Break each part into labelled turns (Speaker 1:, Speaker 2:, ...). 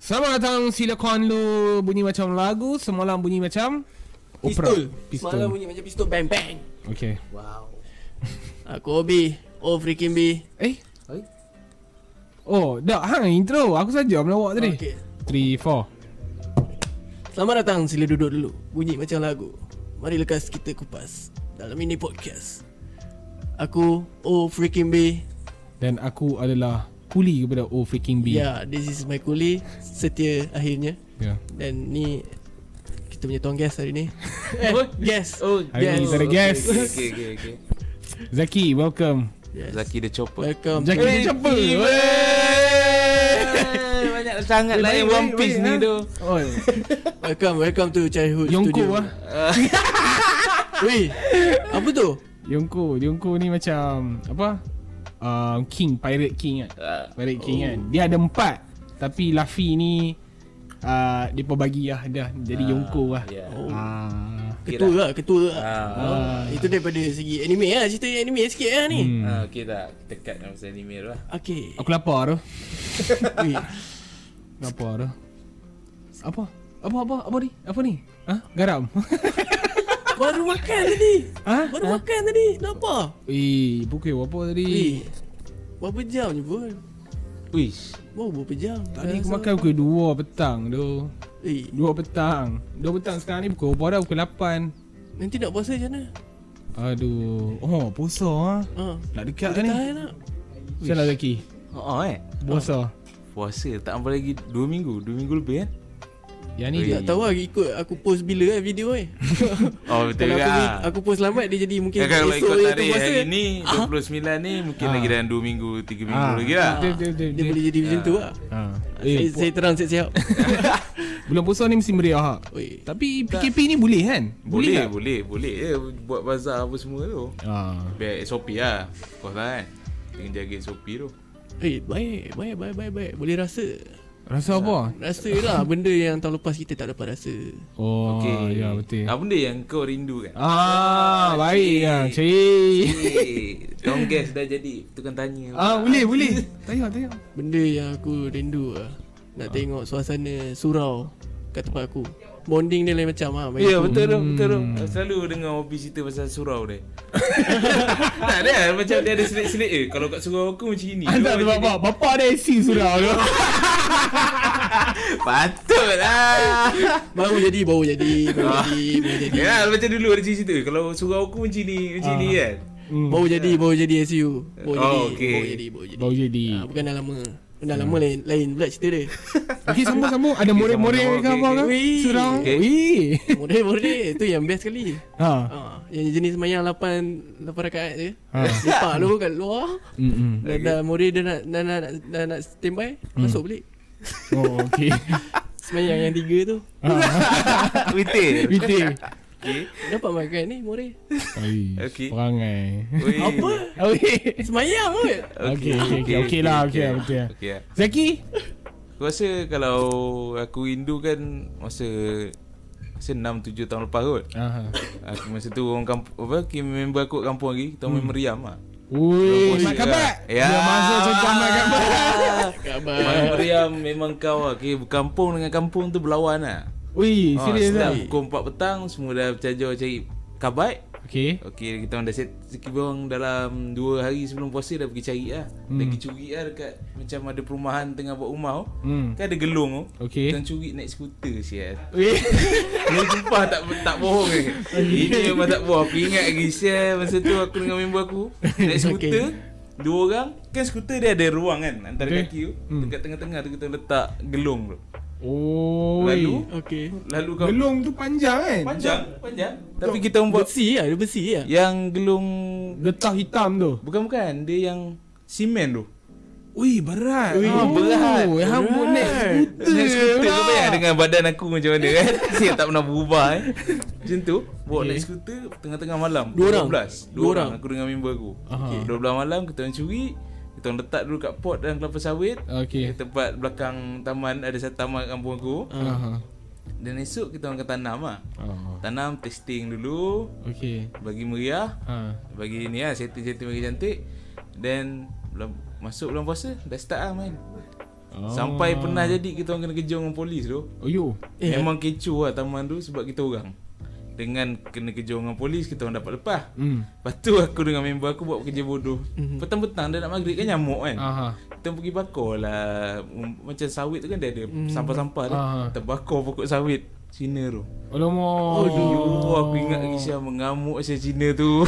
Speaker 1: Selamat datang Silakan Lu Bunyi macam lagu Semalam bunyi macam
Speaker 2: Pistol.
Speaker 1: Pistol
Speaker 3: Semalam bunyi macam pistol bang bang.
Speaker 1: Okay
Speaker 2: Wow.
Speaker 3: Aku Obi. Oh freaking B.
Speaker 1: Eh
Speaker 2: Hai.
Speaker 1: Oh dah hang intro Aku saja melawak tadi
Speaker 3: Okey.
Speaker 1: 3, 4
Speaker 3: Selamat datang sila duduk dulu. Bunyi macam lagu. Mari lekas kita kupas dalam ini podcast. Aku Oh freaking B.
Speaker 1: Dan aku adalah Kuli kepada Oh Freaking B
Speaker 3: Ya, yeah, this is my kuli setia akhirnya.
Speaker 1: yeah.
Speaker 3: Dan ni kita punya tuan guest hari ni. eh, guest.
Speaker 2: Oh,
Speaker 1: Hari ni kita ada guest
Speaker 2: Okay, okay, okay, okay.
Speaker 1: Zaki welcome
Speaker 3: Yes.
Speaker 4: Zaki the Chopper
Speaker 3: Welcome.
Speaker 1: Zaki
Speaker 4: Eh,
Speaker 1: hey, siapa? Wey.
Speaker 4: Banyak sangat lah yang One Piece ni tu
Speaker 1: Oh,
Speaker 3: Welcome, welcome to Childhood Studio.
Speaker 1: Yongko ah.
Speaker 3: Weh, apa tu?
Speaker 1: Yongko, Yongko ni macam apa? Uh, King, Pirate King kan.
Speaker 4: Ah,
Speaker 1: Pirate King kan. Dia ada empat. Tapi Luffy ni uh, dia pun bagi lah dah jadi Yonko lah.
Speaker 4: Ya
Speaker 3: Oh,
Speaker 1: Ah.
Speaker 3: ketua lah, ketua lah.
Speaker 4: Ah,
Speaker 3: Ah, itu daripada segi anime lah Cerita anime sikit lah ni hmm.
Speaker 1: Hmm.
Speaker 4: ah, Okay tak Kita cut dalam pasal anime tu lah
Speaker 3: Okay
Speaker 1: Aku lapar tu.
Speaker 3: Weh,
Speaker 1: Lapar tu. Apa? Apa apa apa ni? Apa ni? Ha? Garam.
Speaker 3: Baru makan tadi
Speaker 1: ha?
Speaker 3: Baru makan tadi Kenapa?
Speaker 1: Eh, pukul apa tadi?
Speaker 3: Eh Berapa jam je pun
Speaker 4: Uish
Speaker 3: Baru berapa jam
Speaker 1: Tadi aku
Speaker 3: Dah
Speaker 1: makan pukul 2 petang tu.
Speaker 3: rasa. Eh
Speaker 1: 2 petang. 2 petang sekarang ni pukul berapa dah? Pukul 8.
Speaker 3: Nanti nak puasa macam mana?
Speaker 1: Aduh. Oh, puasa ah.
Speaker 3: Ha
Speaker 1: Nak dekat
Speaker 3: Dah
Speaker 1: ni.
Speaker 3: tahan nak
Speaker 1: Macam mana Zaki?
Speaker 4: Oh eh
Speaker 1: Puasa.
Speaker 4: Puasa tak apa lagi 2 minggu 2 minggu lebih kan
Speaker 1: Yang ni
Speaker 4: Ui.
Speaker 1: dia
Speaker 3: Tak tahu lah ikut aku post bila kan video ni
Speaker 4: Oh betul
Speaker 3: Kalau aku,
Speaker 4: lah
Speaker 3: aku post lambat dia jadi mungkin
Speaker 4: Ya, Kalau
Speaker 3: esok
Speaker 4: ikut
Speaker 3: je tu
Speaker 4: tarikh
Speaker 3: puasa.
Speaker 4: hari ni 29 ni Mungkin lagi dalam 2 minggu 3 minggu
Speaker 1: Ah.
Speaker 4: lagi lah
Speaker 1: Dia- dia- dia-
Speaker 3: Dia
Speaker 1: dia-
Speaker 3: boleh jadi
Speaker 4: Ya.
Speaker 3: macam tu lah
Speaker 1: ha.
Speaker 3: Saya,
Speaker 1: Eh,
Speaker 3: saya terang siap-siap
Speaker 1: bulan puasa ni mesti meriah ha.
Speaker 3: Weh,
Speaker 1: Tapi PKP ni boleh kan?
Speaker 4: Boleh
Speaker 1: tak?
Speaker 4: boleh boleh je Buat bazar apa semua tu
Speaker 1: Ha.
Speaker 4: Biar SOP lah Of course lah kan Dengan jaga SOP tu
Speaker 3: Eh, baik, baik, baik, baik, baik. Boleh rasa
Speaker 1: Rasa apa?
Speaker 3: Rasa lah benda yang tahun lepas kita tak dapat rasa
Speaker 1: Oh, okay.
Speaker 4: Okey.
Speaker 1: ya betul.
Speaker 4: Apa benda yang kau rindu kan
Speaker 1: Ah, baik
Speaker 4: cik.
Speaker 1: ya, cik.
Speaker 4: Eh, Tolong guess dah jadi Tukang tanya
Speaker 1: Ah, boleh boleh. Tayar tayar.
Speaker 3: Benda yang aku rindu lah Nak
Speaker 4: Ah.
Speaker 3: tengok suasana surau kat tempat aku Bonding dia lain macam lah bagi
Speaker 4: Ya
Speaker 3: aku.
Speaker 4: betul tu betul tu. Aku Hmm. Selalu dengar hobi cerita pasal surau dia. tak ada macam dia ada selit-selit eh kalau kat surau aku macam ini.
Speaker 1: Anda tu
Speaker 4: Macam
Speaker 1: bapa, bapa ada AC surau tu.
Speaker 4: ni. Patutlah.
Speaker 3: Baru jadi, baru jadi, baru
Speaker 4: Ah.
Speaker 3: jadi, baru jadi
Speaker 4: Ya macam dulu ada cerita kalau surau aku macam ni macam
Speaker 1: Ah.
Speaker 4: ni kan.
Speaker 3: Baru jadi, baru jadi SU Baru
Speaker 4: Oh,
Speaker 3: jadi,
Speaker 4: okey. Ya.
Speaker 3: baru jadi, baru jadi
Speaker 1: Hmm, Baru jadi.
Speaker 3: Ah, Bukan dah lama Dah lama lain, lain pula cerita dia
Speaker 1: Okey, sambung-sambung ada more-more
Speaker 4: sambung-sambung.
Speaker 1: ke apa
Speaker 4: Okey,
Speaker 1: ke?
Speaker 3: okey.
Speaker 1: Surau.
Speaker 4: Okey.
Speaker 1: Wih.
Speaker 3: Murid-murid, tu yang best sekali
Speaker 1: Ha.
Speaker 3: Ah, yang jenis semayang 8 8 rakaat je.
Speaker 4: Ah.
Speaker 1: Ha.
Speaker 3: Lepak dulu kat luar.
Speaker 1: Mm-mm.
Speaker 3: Dah, dah murid dia nak dah, dah, dah, dah nak standby
Speaker 4: Hmm.
Speaker 3: Masuk balik
Speaker 1: Oh, okey. Ah.
Speaker 3: Semayang yang tiga tu
Speaker 4: Witir.
Speaker 1: Bitik.
Speaker 3: Dapat makan ni murid
Speaker 1: Oi.
Speaker 4: Okey.
Speaker 1: Perangai.
Speaker 3: Apa?
Speaker 1: Okey.
Speaker 3: Eh, Semayang kot
Speaker 1: Okey, okey, okey, okey lah, okey lah, betul lah.
Speaker 4: Okey lah.
Speaker 1: Zaki
Speaker 4: Aku rasa kalau aku rindu kan masa masa 6 7 tahun lepas kot.
Speaker 1: Aha.
Speaker 4: Aku masa tu orang kampung apa okay, member aku kat kampung lagi, kita
Speaker 1: Hmm.
Speaker 4: main meriam ah.
Speaker 1: Ui, Mak
Speaker 4: Belum post
Speaker 1: Kabat
Speaker 4: juga. Ya.
Speaker 1: Dia masuk cakap Mak Kabat
Speaker 4: Main
Speaker 3: Khabar
Speaker 4: meriam memang kau ah. Okay, kampung dengan kampung tu berlawan lah.
Speaker 1: Ui,
Speaker 4: Ah,
Speaker 1: serius lah
Speaker 4: Sedap pukul 4 petang semua dah bercajau cari kabat.
Speaker 1: Okay
Speaker 4: Okey, kita orang dah set sekiranya orang dalam 2 hari sebelum puasa dah pergi cari lah. Hmm. Dah pergi curi lah dekat macam ada perumahan tengah buat rumah tu.
Speaker 1: Hmm.
Speaker 4: Kan ada gelung tu.
Speaker 1: Okey.
Speaker 4: Kita orang curi naik skuter sial.
Speaker 1: Ui,
Speaker 4: Ni sumpah tak tak bohong eh. Ini memang tak bohong. Aku ingat lagi share masa tu aku dengan member aku naik skuter. Dua orang Kan skuter dia ada ruang kan Antara
Speaker 1: Okey.
Speaker 4: okay. kaki tu Dekat tengah-tengah tu kita letak gelung tu Lalu
Speaker 1: Oi
Speaker 3: Okey
Speaker 4: Lalu kau
Speaker 1: Gelung tu panjang kan
Speaker 4: Panjang Panjang Tapi kita orang buat
Speaker 3: Besi lah Dia besi lah
Speaker 1: Ya,
Speaker 4: Yang gelung
Speaker 1: Getah hitam tu
Speaker 4: Bukan-bukan Dia yang Simen tu
Speaker 1: Ui, berat
Speaker 4: Ui, Ah, berat.
Speaker 1: Ui, hambur naik skuter
Speaker 4: Naik skuter kau
Speaker 1: pula.
Speaker 4: bayang dengan badan aku macam mana kan Saya tak pernah berubah eh Macam tu Bawa okay. naik skuter tengah-tengah malam
Speaker 3: Dua orang?
Speaker 4: 12
Speaker 3: Dua
Speaker 4: Dua
Speaker 3: orang.
Speaker 4: orang Aku dengan member aku
Speaker 1: Aha.
Speaker 4: okay. 12 malam kita orang curi Kita orang letak dulu kat pot dalam kelapa sawit
Speaker 1: Okey.
Speaker 4: Di Tempat belakang taman Ada satu taman kampung aku
Speaker 1: Aha.
Speaker 4: Dan esok kita orang akan tanam lah
Speaker 1: Oh,
Speaker 4: Tanam testing dulu
Speaker 1: Okay
Speaker 4: Bagi meriah
Speaker 1: Ha.
Speaker 4: Bagi ni lah setting-setting bagi cantik Then bulan, Masuk bulan puasa Dah start lah ah, main
Speaker 1: Oh.
Speaker 4: Sampai pernah jadi kita orang kena kejar dengan polis tu.
Speaker 1: Oh yo
Speaker 3: Eh,
Speaker 4: Memang kecoh lah taman tu sebab kita orang. Dengan kena kejar dengan polis kita orang dapat lepas.
Speaker 1: Hmm
Speaker 4: Lepas tu aku dengan member aku buat kerja bodoh.
Speaker 1: Mhm.
Speaker 4: Petang-petang dah nak maghrib kan nyamuk kan.
Speaker 1: Aha
Speaker 4: Kita pergi bakar lah Um, Macam sawit tu kan dia ada sampah-sampah tu
Speaker 1: Mhm. Ah.
Speaker 4: Kita bakar pokok sawit Cina tu
Speaker 1: Alamak
Speaker 4: Oh, oh aku ingat Aisyah mengamuk Aisyah Cina tu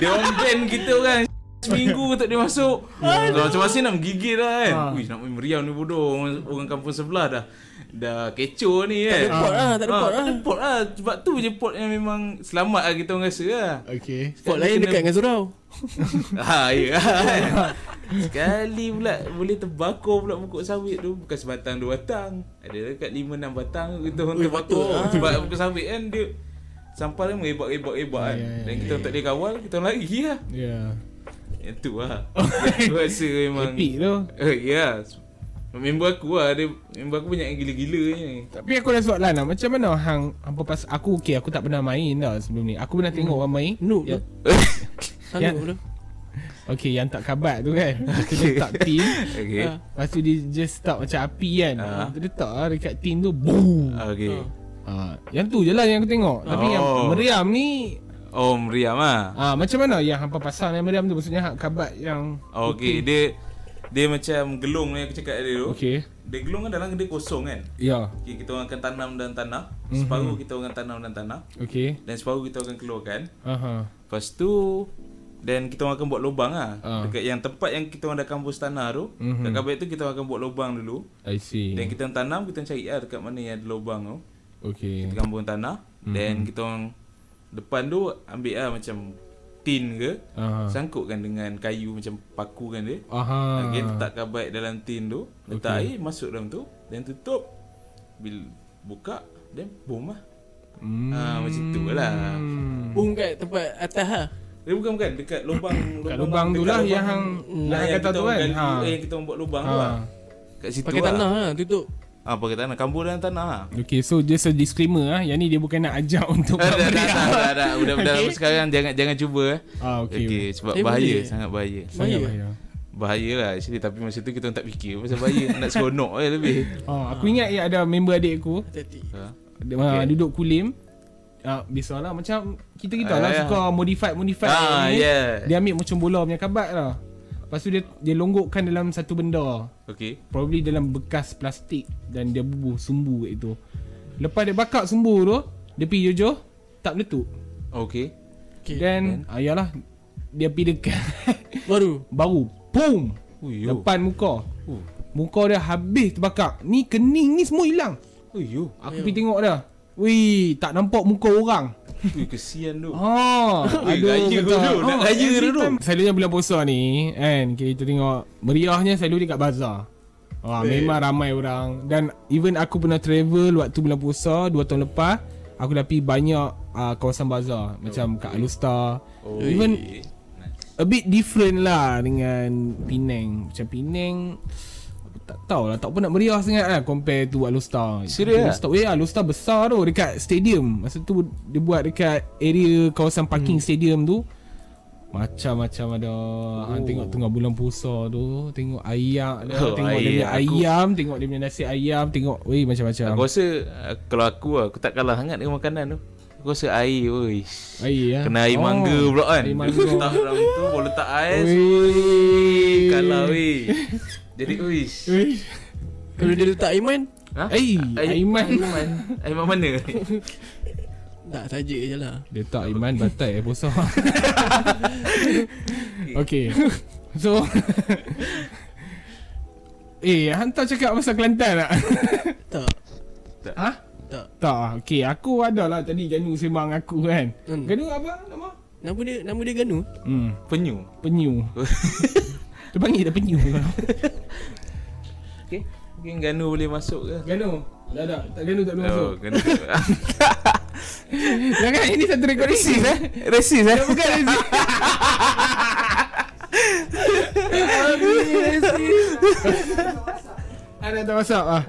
Speaker 4: Dia orang ban kita orang Seminggu tak dia masuk Dah macam masih nak menggigil lah kan
Speaker 3: Ha.
Speaker 1: Ah.
Speaker 4: Ui, nak main meriam ni bodoh orang, orang kampung sebelah dah Dah kecoh ni
Speaker 3: tak ada
Speaker 4: kan
Speaker 3: pot lah, tak ada
Speaker 4: Ah,
Speaker 3: pot
Speaker 4: tak
Speaker 3: lah.
Speaker 4: ada pot lah Sebab tu je pot yang memang Selamat lah kita orang rasa lah
Speaker 1: Okay
Speaker 3: Pot lain
Speaker 4: Kena-
Speaker 3: dekat dengan surau.
Speaker 4: Ha ya. Sekali pula boleh terbakar pula pokok sawit tu bukan sebatang dua batang. Ada dekat lima enam batang kita orang
Speaker 3: Ui,
Speaker 4: terbakar. Ah,
Speaker 3: betul.
Speaker 4: Sebab pokok sawit kan dia sampah dia merebak-rebak-rebak kan.
Speaker 1: Ya, ya,
Speaker 4: Dan
Speaker 1: ya.
Speaker 4: kita orang tak boleh kawal, kita orang lari lah.
Speaker 1: Ya
Speaker 4: Yang tu lah. Aku rasa memang
Speaker 1: Epic Oh, tu
Speaker 4: Eh, ya. Member aku lah dia, Member aku banyak yang gila-gila ni
Speaker 1: Tapi aku ada soalan lah Macam mana hang Hampa pas Aku okay Aku tak pernah main tau sebelum ni Aku pernah tengok orang main
Speaker 3: Noob
Speaker 1: Ya.
Speaker 3: tu. Selalu
Speaker 1: Ya.
Speaker 3: tu.
Speaker 1: Okay yang tak kabat tu kan Aku letak tin
Speaker 4: Okay
Speaker 3: Ah.
Speaker 1: Lepas tu dia just start macam api kan
Speaker 4: Ah.
Speaker 1: Lepas tu letak lah dekat tin tu Boom
Speaker 4: Okay
Speaker 3: Ha.
Speaker 1: Ah, Yang tu je lah yang aku tengok Tapi yang
Speaker 4: Oh.
Speaker 1: meriam ni
Speaker 4: Oh meriam lah
Speaker 1: ah, Macam mana yang hampa pasang yang meriam tu Maksudnya hak kabat yang
Speaker 4: Okay dia Dia macam gelung ni aku cakap dia tu
Speaker 1: Okay
Speaker 4: Dia gelung kan dalam dia kosong kan
Speaker 1: Ya
Speaker 4: Okay, kita orang akan tanam dalam tanah
Speaker 1: Mhm.
Speaker 4: Separuh kita orang tanam dalam tanah
Speaker 1: Okay
Speaker 4: Dan separuh kita orang keluarkan
Speaker 1: Aha.
Speaker 4: Lepas tu Dan kita orang akan buat lubang lah
Speaker 1: Ah.
Speaker 4: Dekat yang tempat yang kita orang dah kampus tanah tu
Speaker 1: Mhm.
Speaker 4: mm-hmm. Dekat baik tu kita orang akan buat lubang dulu
Speaker 1: I see
Speaker 4: Dan kita orang tanam Kita orang cari lah dekat mana yang ada lubang tu
Speaker 1: Okay
Speaker 4: Kita kampung tanah
Speaker 1: Mhm.
Speaker 4: Dan kita orang Depan tu ambil lah macam Tin ke
Speaker 1: Aha.
Speaker 4: Sangkutkan dengan kayu macam paku kan dia
Speaker 1: Aha.
Speaker 4: Okay, letak kabait dalam tin tu Letak okay. air, masuk dalam tu Then tutup Bila buka Then boom lah
Speaker 1: Hmm.
Speaker 4: hmm. ha, Macam tu lah
Speaker 3: Boom kat tempat atas lah.
Speaker 4: Dia bukan bukan Dekat lubang
Speaker 1: Kat lubang tu
Speaker 4: dekat
Speaker 1: lah yang hang
Speaker 4: Lah,
Speaker 1: yang hang kata
Speaker 4: kita
Speaker 1: tu
Speaker 4: orang
Speaker 1: kan.
Speaker 4: gali,
Speaker 1: Ha.
Speaker 4: eh, Yang kita orang buat lubang
Speaker 1: Ha.
Speaker 4: tu lah Kat situ
Speaker 3: Pakai
Speaker 4: lah
Speaker 3: tanah lah, tutup.
Speaker 4: ha, Pakai tanah Kambur dalam tanah lah
Speaker 1: Okay, so just a disclaimer ah. Yang ni dia bukan nak ajak untuk
Speaker 4: Dah, dah, dah, dah, dah, dah. Budak-budak
Speaker 1: Okay.
Speaker 4: sekarang jangan jangan cuba eh.
Speaker 1: Ah,
Speaker 4: Okay,
Speaker 1: okay.
Speaker 4: sebab
Speaker 3: Eh,
Speaker 4: bahaya,
Speaker 3: boleh.
Speaker 4: sangat bahaya.
Speaker 1: Sangat
Speaker 3: Bahaya.
Speaker 1: bahaya.
Speaker 4: Bahaya lah actually tapi masa tu kita orang tak fikir pasal bahaya. Nak seronok eh lebih.
Speaker 1: Oh, aku ingat ya ada member adik aku
Speaker 3: Hati-hati.
Speaker 4: Ha.
Speaker 1: okay. uh, duduk kulim. Ah, uh, biasalah macam kita-kita lah
Speaker 4: Ah, ya.
Speaker 1: suka modified modified
Speaker 4: Ah,
Speaker 1: ni.
Speaker 4: yeah.
Speaker 1: Dia ambil macam bola punya kabat lah. Lepas tu dia dia longgokkan dalam satu benda.
Speaker 4: Okay.
Speaker 1: Probably dalam bekas plastik dan dia bubuh sumbu kat itu. Lepas dia bakar sumbu tu, dia pergi jojo tak meletup.
Speaker 4: Okay.
Speaker 3: Okay.
Speaker 1: Then, ah, yalah dia pergi dekat
Speaker 3: Baru.
Speaker 1: Baru Boom
Speaker 4: Uyo.
Speaker 1: Depan muka
Speaker 4: Oh.
Speaker 1: Muka dia habis terbakar Ni kening ni semua hilang
Speaker 4: Uyo.
Speaker 1: Aku pergi tengok dia Wih Tak nampak muka orang
Speaker 4: Ui, kesian tu.
Speaker 1: Ha
Speaker 4: Weh, raya dulu, nak raya dulu.
Speaker 1: Selalunya bulan puasa ni Kan Kita tengok Meriahnya selalu dekat bazar Ha, memang ramai orang Dan even aku pernah travel Waktu bulan puasa 2 tahun lepas Aku dah pergi banyak uh, Kawasan bazar Macam kat Alustar oh. Even A bit different lah dengan Penang Macam Penang aku tak tahu lah tak pun nak meriah sangat lah compare to Alustar
Speaker 4: Serius
Speaker 1: Alustar, weh, Alustar besar tu dekat stadium masa tu dia buat dekat area kawasan parking hmm. stadium tu macam-macam ada oh. tengok tengah bulan puasa tu tengok ayak dia,
Speaker 4: Oh,
Speaker 1: oh, tengok dia punya
Speaker 4: ayak. Aku-
Speaker 1: ayam tengok dia punya nasi ayam tengok weh macam-macam
Speaker 4: Aku rasa uh, kalau aku lah, aku tak kalah sangat dengan makanan tu. Aku rasa air, oi.
Speaker 1: air ya
Speaker 4: Kena air mangga pula kan.
Speaker 1: air
Speaker 4: Dia
Speaker 1: mangga.
Speaker 4: letak dalam tu, boleh letak ais.
Speaker 1: weh
Speaker 4: Kalah weh. Jadi oi.
Speaker 1: weh
Speaker 3: Kalau dia letak Iman,
Speaker 4: Ha?
Speaker 1: Eh, Aiman.
Speaker 4: Aiman. Aiman mana? ni?
Speaker 3: tak saja je lah.
Speaker 1: Dia tak iman batai eh bosah. okay. So Eh, hantar cakap pasal Kelantan tak?
Speaker 3: Tak.
Speaker 1: ha?
Speaker 3: Tak.
Speaker 1: Tak. Okay, aku ada lah tadi Janu sembang aku kan. Hmm.
Speaker 3: Hmm.
Speaker 1: Ganu apa nama?
Speaker 3: Nama dia nama dia Ganu.
Speaker 1: Hmm,
Speaker 4: Penyu.
Speaker 1: penyu. Dia panggil dah penyu.
Speaker 4: Okey. Mungkin Ganu boleh masuk ke?
Speaker 1: Ganu. Dah dah, tak Ganu tak boleh masuk.
Speaker 4: Oh, Ganu.
Speaker 1: Jangan ini satu rekod isi eh.
Speaker 4: Resis eh?
Speaker 1: Bukan isi. Ada tak masak ah.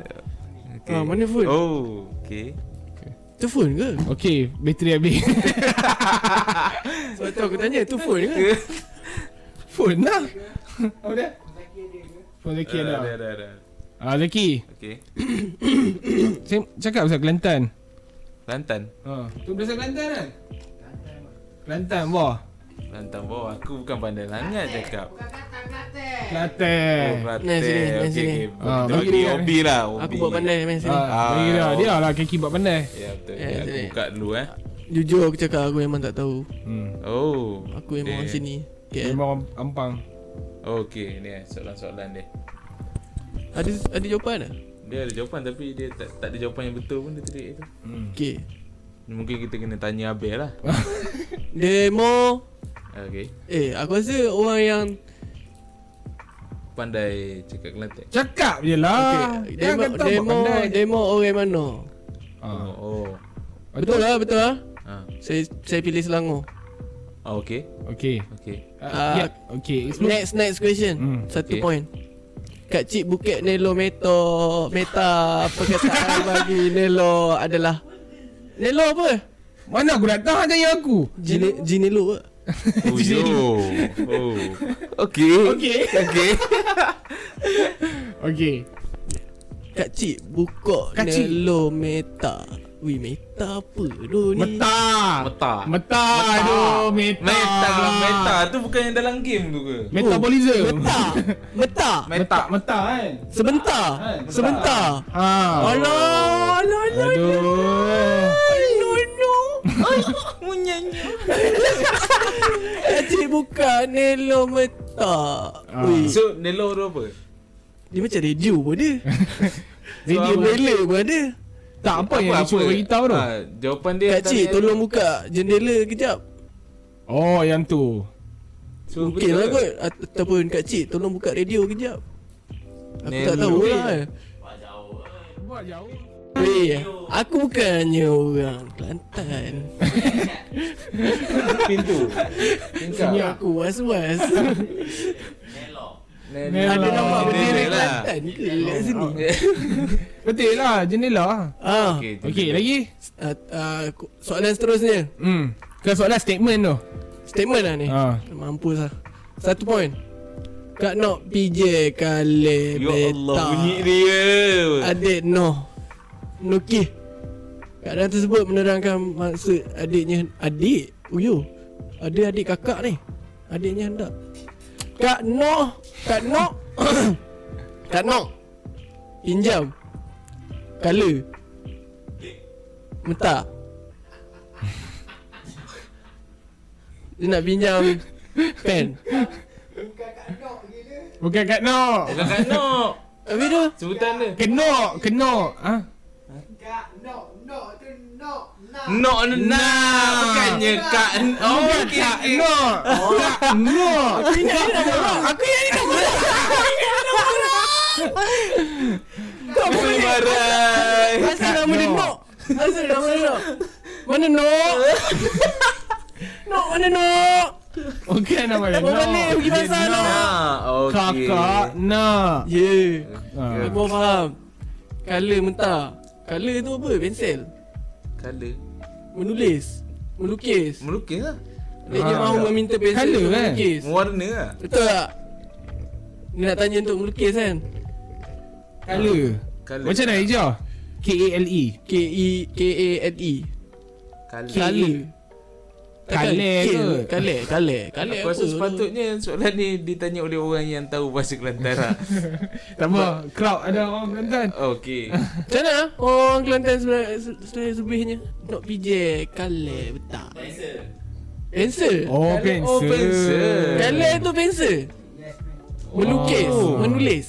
Speaker 4: Okay.
Speaker 3: Ah, mana phone?
Speaker 4: Oh, okey.
Speaker 3: Tu phone ke?
Speaker 1: Okay, bateri habis.
Speaker 3: Sebab tu aku tanya tu phone ke?
Speaker 1: Phone lah. Apa dia? Puan Zaki
Speaker 4: Ah,
Speaker 1: ada.
Speaker 4: Ada ada ada.
Speaker 1: Ah Zaki,
Speaker 4: Okey.
Speaker 1: saya cakap pasal Kelantan.
Speaker 4: Lantan.
Speaker 1: Ha, tu pasal Kelantan kan? Kelantan, wah.
Speaker 4: Lantan bawah aku bukan pandai langat cakap.
Speaker 1: Kelantan.
Speaker 4: Oh, Kelantan.
Speaker 3: Nah, sini, nah,
Speaker 4: Okey
Speaker 3: sini.
Speaker 4: okey.
Speaker 1: Eh. Ah,
Speaker 4: Kita
Speaker 1: bagi
Speaker 4: bagi
Speaker 1: dia.
Speaker 4: hobi lah.
Speaker 3: Aku
Speaker 4: hobi.
Speaker 3: buat pandai main sini.
Speaker 1: Ah, bagi dia, dia lah kaki buat pandai.
Speaker 4: Ya betul.
Speaker 3: Ya,
Speaker 4: Ya, aku
Speaker 3: sini.
Speaker 4: buka dulu eh.
Speaker 3: Jujur aku cakap aku memang tak tahu.
Speaker 1: Hmm.
Speaker 4: Oh.
Speaker 3: Aku memang orang
Speaker 4: dia.
Speaker 3: sini. Okay.
Speaker 1: Memang orang ampang.
Speaker 4: Okey, ni eh, soalan-soalan dia.
Speaker 3: Ada ada jawapan tak?
Speaker 4: Dia ada jawapan tapi dia tak, tak ada jawapan yang betul pun dia terik tu.
Speaker 3: Okay.
Speaker 4: Mungkin kita kena tanya Abel lah.
Speaker 3: Demo
Speaker 4: Okey.
Speaker 3: Eh aku rasa orang yang
Speaker 4: Pandai cakap Kelantan.
Speaker 1: Cakap je lah.
Speaker 3: okay,
Speaker 1: Jangan
Speaker 3: demo,
Speaker 1: kata buat
Speaker 3: demo,
Speaker 1: pandai.
Speaker 3: demo orang mana
Speaker 1: Ha.
Speaker 4: Oh. oh.
Speaker 3: Betul lah betul lah
Speaker 4: Ha.
Speaker 3: Saya saya pilih Selangor
Speaker 4: Ah, okey.
Speaker 1: Okey.
Speaker 4: Okey.
Speaker 1: Ah, ya, okey. Explore.
Speaker 3: Next next question
Speaker 1: Hmm,
Speaker 3: Satu
Speaker 4: okay.
Speaker 3: point Kak Cik Bukit Nelo Meto Meta Perkataan bagi Nelo adalah Nelo apa?
Speaker 1: Mana aku nak tahu hang tanya aku?
Speaker 3: Gine, Ginelo ke?
Speaker 4: Oh, yo. Oh. Okey.
Speaker 1: Okey.
Speaker 4: Okey.
Speaker 1: Okey.
Speaker 3: Kak Cik Bukok
Speaker 1: Kak Cik.
Speaker 3: Nelo Meta Wih Meta apa tu ni?
Speaker 1: Meta.
Speaker 4: Meta.
Speaker 1: Meta. Aduh, meta.
Speaker 4: Meta bilang meta tu bukan yang dalam game tu ke?
Speaker 1: Metabolism.
Speaker 3: Meta Meta
Speaker 1: Meta. Meta kan?
Speaker 3: Sebentar Sebentar
Speaker 1: Ha.
Speaker 3: Alah Alah alah
Speaker 1: Aduh.
Speaker 3: No no Munyanya Cik buka Nelo Meta
Speaker 1: Ah.
Speaker 3: Wih
Speaker 4: So, Nelo tu apa?
Speaker 3: Dia macam radio pun ada
Speaker 1: Jadi
Speaker 3: Radio bela pun ada
Speaker 1: tak apa yang aku beritahu tu.
Speaker 4: Ah, jawapan dia
Speaker 3: Kak Cik
Speaker 4: tadi-
Speaker 3: tolong buka jendela kejap
Speaker 1: Oh, yang tu.
Speaker 4: So,
Speaker 3: Mungkin lah
Speaker 4: betul
Speaker 3: kot At- Ataupun Kak Cik tolong buka radio kejap Aku tak
Speaker 4: Nelo.
Speaker 3: tahu lah
Speaker 1: Buat jauh.
Speaker 3: Weh, aku bukannya orang Kelantan
Speaker 4: Pintu.
Speaker 3: Tapi
Speaker 4: Ya.
Speaker 3: aku was-was
Speaker 4: Nelo. lah.
Speaker 1: Nelo.
Speaker 3: Ada nampak bendera
Speaker 4: Jendela.
Speaker 1: lah.
Speaker 3: Kelantan ke kat sini?
Speaker 1: Betul lah, jendela.
Speaker 3: Ah,
Speaker 4: Okey, jendela.
Speaker 1: Okey, lagi?
Speaker 3: ah, ah, ku- soalan seterusnya
Speaker 1: Hmm. Kau soalan statement tu.
Speaker 3: Statement lah ni
Speaker 1: Ah.
Speaker 3: Mampus lah Satu point Kak nak PJ kali
Speaker 4: Ya Allah,
Speaker 3: beta.
Speaker 4: bunyi dia.
Speaker 3: Adik Noh Nukih Keadaan tersebut menerangkan maksud adiknya Adik? Uyo Ada adik kakak ni Adiknya hendak Kak Noh Kak Noh Kak Noh Pinjam Kala Mentah Dia nak pinjam
Speaker 1: Kan?
Speaker 3: Pen
Speaker 1: Bukan kat no.
Speaker 4: Bukan Kak Nok.
Speaker 3: Habis tu
Speaker 4: Sebutan dia.
Speaker 1: Kenok, kenok. Ah.
Speaker 4: Nok ni nah. Bukannya Kak Nok. Oh, okey,
Speaker 1: Kak
Speaker 4: okey.
Speaker 1: Nok. Kak Nok.
Speaker 3: Aku yang ni
Speaker 4: Tak boleh marah.
Speaker 3: Asal nama dia
Speaker 1: Nok.
Speaker 3: Nok Asal nama dia Nok Mana Nok Nok mana Nok
Speaker 1: Bukan nama dia.
Speaker 3: Orang ni pergi pasar Nok
Speaker 4: Nak. Okey.
Speaker 1: Kakak nak.
Speaker 3: Yeah
Speaker 1: Ah.
Speaker 3: Aku faham Color mentah Color tu apa? Pensel
Speaker 4: Kala.
Speaker 3: Menulis Melukis
Speaker 4: Melukis lah.
Speaker 3: Dia
Speaker 1: Ah.
Speaker 3: mahu meminta pensel
Speaker 1: Colour,
Speaker 3: untuk
Speaker 1: kan?
Speaker 3: melukis
Speaker 4: Warna lah.
Speaker 3: Betul tak? Dia nak tanya untuk melukis kan?
Speaker 1: Kala.
Speaker 4: Kala.
Speaker 1: Macam mana hijau? K A L E.
Speaker 3: K-E-K-A-N-E
Speaker 4: Kala.
Speaker 3: Color Takkan
Speaker 1: Colour
Speaker 3: K
Speaker 1: ke?
Speaker 3: Color Color Color
Speaker 4: Aku
Speaker 3: apa
Speaker 4: rasa
Speaker 3: tu?
Speaker 4: sepatutnya soalan ni ditanya oleh orang yang tahu bahasa Kelantan lah.
Speaker 1: Tak apa. Crowd ada orang Kelantan.
Speaker 4: Okey.
Speaker 3: Macam mana? Orang Kelantan sebenarnya sebenarnya sebelahnya Nak PJ Kale Betak Pensel
Speaker 1: Oh,
Speaker 4: Colour- oh, pencil.
Speaker 1: pensel.
Speaker 3: Kale tu pensel Melukis
Speaker 1: Oh.
Speaker 3: Menulis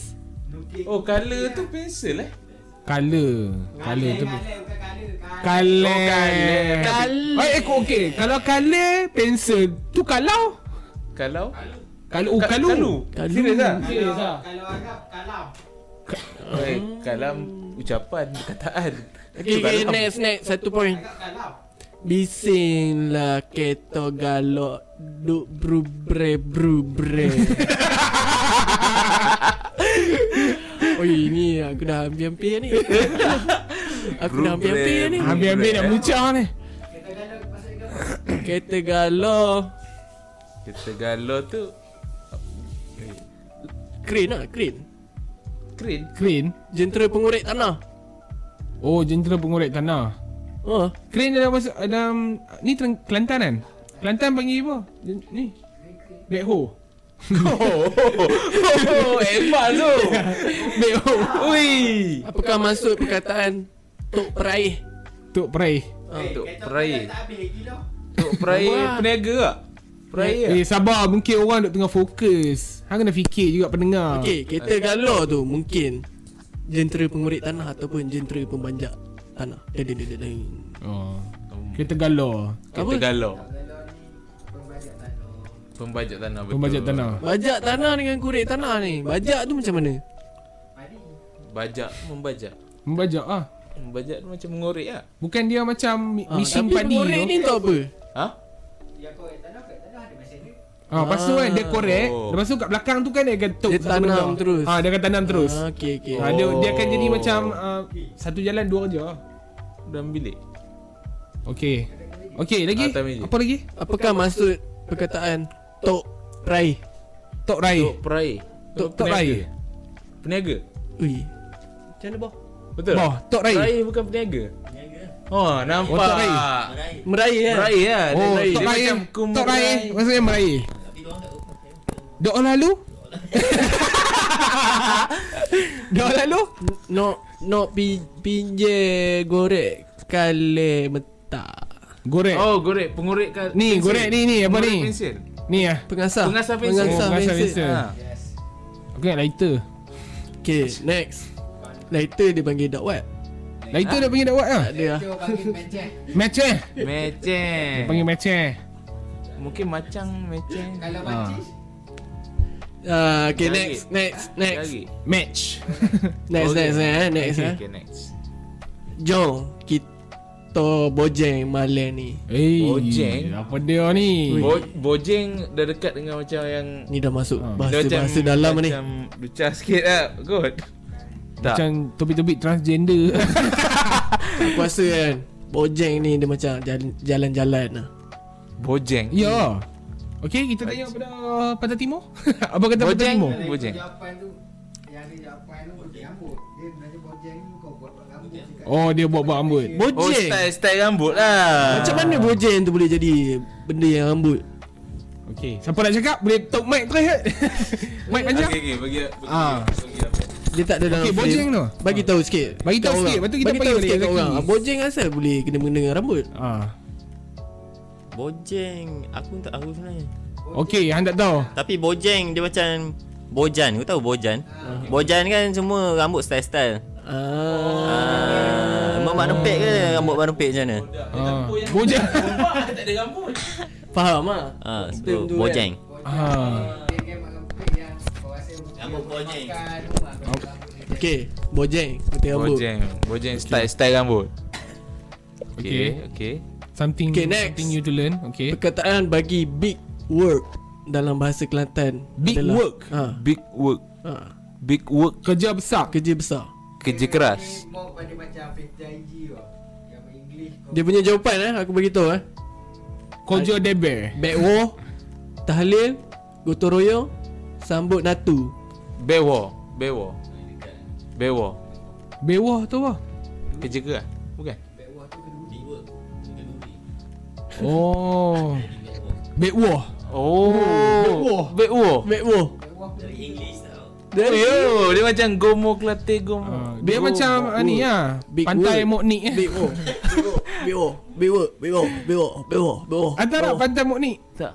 Speaker 4: Oh, color tu pensel eh.
Speaker 1: Kala. Kala tu. Kala.
Speaker 3: Colour.
Speaker 1: Oh, eh, okey. Kalau kala pensel tu kalau
Speaker 4: Kalau
Speaker 1: kalau oh,
Speaker 4: Ka-
Speaker 1: kalau.
Speaker 4: kalu.
Speaker 3: Kalu.
Speaker 4: Serius ah?
Speaker 1: Serius ah.
Speaker 4: Eh, kalam ucapan perkataan.
Speaker 3: Okay, okay next next Satu point Bising lah keto galok Duk bru bre bru bre Oh ini aku dah hampir-hampir ni Aku dah hampir-hampir ni
Speaker 1: Habis-habis
Speaker 4: eh?
Speaker 1: nak muncul ni.
Speaker 3: Kereta galau
Speaker 4: Kita galau tu
Speaker 3: Crane lah crane
Speaker 4: Crane
Speaker 1: Crane
Speaker 3: Jentera pengorek tanah.
Speaker 1: Oh jentera pengorek tanah
Speaker 3: Ha.
Speaker 1: Crane dalam bahasa dalam Ni Tereng- Kelantan kan Kelantan panggil apa Jen- Ni Black hole
Speaker 4: Oh, oh, advance tu.
Speaker 1: Black hole
Speaker 4: oh, Ui.
Speaker 3: Apakah maksud perkataan tok peraih?
Speaker 1: Tok Perai
Speaker 4: Ah, Tok perai. Tok perai peniaga tak? Perai
Speaker 1: Eh sabar Mungkin orang duk tengah fokus Hang kena fikir juga pendengar
Speaker 3: Okey, kereta galor tu mungkin jentera pengorek tanah ataupun jentera pembanjak tanah. Ding, ding, ding, ding.
Speaker 1: oh. Kereta galor
Speaker 4: Kita galau. Pembajak tanah betul.
Speaker 1: Pembajak tanah
Speaker 3: Bajak tanah dengan korek tanah ni. Bajak tu macam mana?
Speaker 4: Bajak membajak.
Speaker 1: Membajak ah
Speaker 4: Membajak tu macam mengorek ah.
Speaker 1: Bukan dia macam mi-
Speaker 3: Ha,
Speaker 1: Missing
Speaker 3: tapi
Speaker 1: padi
Speaker 3: pengorek ni
Speaker 1: tu
Speaker 3: untuk apa?
Speaker 4: Ha?
Speaker 1: Ah, Lepas tu kan dia korek
Speaker 4: Oh.
Speaker 1: Lepas tu kat belakang tu kan Dia akan tok
Speaker 3: Dia
Speaker 1: satu
Speaker 3: tanam
Speaker 1: benda.
Speaker 3: terus.
Speaker 1: Ah, Dia akan tanam terus
Speaker 3: Ha, okey okey.
Speaker 1: Ah, dia, dia akan jadi
Speaker 4: Oh.
Speaker 1: macam ah, Satu jalan dua kerja
Speaker 4: Dalam bilik.
Speaker 1: Okay Okay lagi
Speaker 4: Atas meja.
Speaker 1: Apa lagi
Speaker 3: Apakah maksud perkataan tok peraih?
Speaker 1: Tok Rai
Speaker 4: Tok perai.
Speaker 1: Tok- Tok perai.
Speaker 4: Peniaga.
Speaker 3: Ui. Macam mana bah?
Speaker 4: Betul.
Speaker 1: Bah, Tok Rai.
Speaker 4: Perai bukan peniaga. Oh, nampak.
Speaker 1: Oh, Tok Rai.
Speaker 3: Meraih kan?
Speaker 4: Perai lah. Dia
Speaker 1: Oh Tok
Speaker 4: perai. Dia
Speaker 1: Rai
Speaker 4: macam kum-
Speaker 1: Tok Rai Maksudnya meraih
Speaker 3: kan?
Speaker 1: Dok lalu Dok lalu
Speaker 3: No no pi, pinje gorek kale metak.
Speaker 1: Gorek
Speaker 4: Oh, gorek. Pengorek kan.
Speaker 1: Ni, gorek ni, ni, apa
Speaker 4: Pengorek
Speaker 1: ni?
Speaker 4: Pensil.
Speaker 1: Ni lah
Speaker 3: Pengasah.
Speaker 4: Pengasah pensel.
Speaker 3: Pengasah
Speaker 1: Oh, pengasah
Speaker 3: pensel.
Speaker 1: pensel.
Speaker 4: Ha.
Speaker 1: Aku ingat lighter
Speaker 3: Okay, next. Later dia panggil dakwat.
Speaker 1: Lighter dia panggil dakwat lah
Speaker 3: Tak ada lah.
Speaker 1: Match eh
Speaker 4: Meceng.
Speaker 1: Panggil match eh
Speaker 4: Mungkin macang meceng.
Speaker 1: ah.
Speaker 3: Uh, okay,
Speaker 4: Lagi.
Speaker 3: next, next, next.
Speaker 4: Lagi.
Speaker 1: Match
Speaker 3: Next,
Speaker 4: Okay.
Speaker 3: next, next, eh, next.
Speaker 4: Okay,
Speaker 3: eh.
Speaker 4: okay, next.
Speaker 3: Jom, kita bojeng malam ni.
Speaker 1: Eh
Speaker 4: Bojeng.
Speaker 1: Apa dia ni
Speaker 4: Bo- Bojeng dah dekat dengan macam yang
Speaker 3: Ni dah masuk
Speaker 1: Ah.
Speaker 3: bahasa-bahasa dalam ni.
Speaker 4: Macam lucah sikit lah Good Tak
Speaker 1: Macam topik-topik transgender
Speaker 3: Aku rasa kan, bojeng ni dia macam jalan- jalan-jalan lah.
Speaker 4: Bojeng
Speaker 1: Ya Okey kita tanya kepada uh, Pantai Timur Apa kata Pantai
Speaker 4: Bojeng
Speaker 1: Timur
Speaker 4: Bojeng
Speaker 5: jawapan tu yang ada jawapan tu bojeng rambut dia sebenarnya bojeng ni kau buat buat rambut cakap
Speaker 1: Oh dia buat-buat rambut
Speaker 4: Oh
Speaker 3: Bojeng? Ah,
Speaker 4: style-style rambut lah
Speaker 3: Macam mana bojeng tu boleh jadi benda yang rambut?
Speaker 1: Okey siapa nak cakap boleh top mic terus kan Mic panjang
Speaker 4: Okay okay bagi bagi-
Speaker 1: Ah.
Speaker 4: bagi apa
Speaker 3: Dia tak ada dalam
Speaker 1: Okey,
Speaker 3: frame.
Speaker 1: bojeng tu.
Speaker 3: Bagi tahu sikit.
Speaker 1: Bagi
Speaker 3: kat
Speaker 1: tahu
Speaker 3: orang.
Speaker 1: sikit, lepas tu kita
Speaker 3: Bagi
Speaker 1: panggil
Speaker 3: tahu sikit
Speaker 1: balik
Speaker 3: kat
Speaker 1: lagi.
Speaker 3: orang. Ah, Bojeng asal boleh kena-mengena dengan rambut?
Speaker 1: Ah.
Speaker 6: Bojeng Aku pun tak tahu sebenarnya
Speaker 1: Okey hang tak tahu
Speaker 6: Tapi Bojeng dia macam Bojan Kau tahu Bojan
Speaker 3: Hmm.
Speaker 6: Bojan kan semua rambut style-style
Speaker 3: Ah.
Speaker 6: Ah, Mak mak rempit ke rambut mak rempit macam mana
Speaker 1: ah. Bojeng
Speaker 4: Tak ada rambut
Speaker 3: Faham ah.
Speaker 6: Ah,
Speaker 3: Term
Speaker 6: so
Speaker 3: tu kan.
Speaker 6: Bojeng
Speaker 1: ah.
Speaker 5: dia dengan mak rempit yang kau rasa rambut bojeng makan rumah kau rambut dia
Speaker 3: Okey, bojeng putih rambut.
Speaker 4: Bojeng Bojeng style-style rambut
Speaker 1: Okey.
Speaker 4: Okay Okay
Speaker 1: Something
Speaker 3: Okay, next.
Speaker 1: something new to learn Okay
Speaker 3: Perkataan bagi big work dalam bahasa Kelantan
Speaker 1: Big
Speaker 3: adalah,
Speaker 1: work?
Speaker 3: Ha,
Speaker 4: Big work
Speaker 3: ha,
Speaker 4: Big work
Speaker 1: Kerja besar
Speaker 3: kerja besar.
Speaker 4: Kerja
Speaker 5: ni
Speaker 4: keras
Speaker 5: more pada macam Fifty IG tau yang English kau
Speaker 3: Dia punya jawapan eh aku bagi tahu eh.
Speaker 1: Kojo deber
Speaker 3: Backwo, tahlil, gotong royong, sambut natu.
Speaker 4: Bewo Bewo Bewo
Speaker 1: Bewah tu apa
Speaker 4: Kerja keras Bukan
Speaker 1: Oh Bewah
Speaker 4: Oh
Speaker 1: Bewo.
Speaker 4: Bewo
Speaker 3: Backwo.
Speaker 4: Dia, yo, dia macam gomo kelate gomo.
Speaker 1: Ah, Dia macam ah, ni lah
Speaker 3: Big
Speaker 1: Pantai
Speaker 3: work.
Speaker 1: Moknik eh
Speaker 3: Backwo. Backwo. Backwo. Backwo. Backwo. Backwo. Backwo.
Speaker 1: Antara pantai Moknik
Speaker 4: Oh. tak.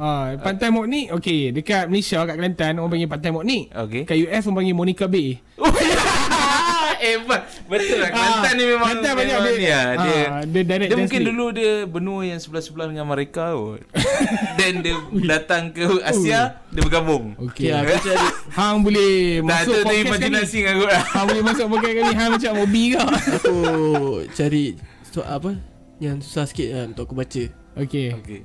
Speaker 1: Ah, pantai Mokni. Okey, dekat Malaysia kat Kelantan orang panggil pantai Mokni.
Speaker 4: Okey.
Speaker 1: Kat US orang panggil Monica Bay.
Speaker 4: Hebat. Eh, Betul lah Kelantan
Speaker 1: Ah,
Speaker 4: ni memang
Speaker 1: Kelantan banyak
Speaker 4: memang
Speaker 1: dia-
Speaker 4: ni lah. dia,
Speaker 1: ah,
Speaker 4: dia,
Speaker 1: dia direct
Speaker 4: dia mungkin
Speaker 1: translate.
Speaker 4: dulu dia benua yang sebelah-sebelah dengan mereka kot. Then dia datang ke Asia, dia bergabung.
Speaker 1: Okey.
Speaker 3: Okay, aku cari
Speaker 1: Hang boleh
Speaker 4: Tak
Speaker 1: masuk
Speaker 4: ada tu
Speaker 1: podcast kali.
Speaker 4: imajinasi dengan aku lah.
Speaker 1: Hang boleh masuk podcast kali. Hang macam hobi kau.
Speaker 3: aku cari so, apa yang susah sikit lah untuk aku baca.
Speaker 1: Okey.
Speaker 4: Okey.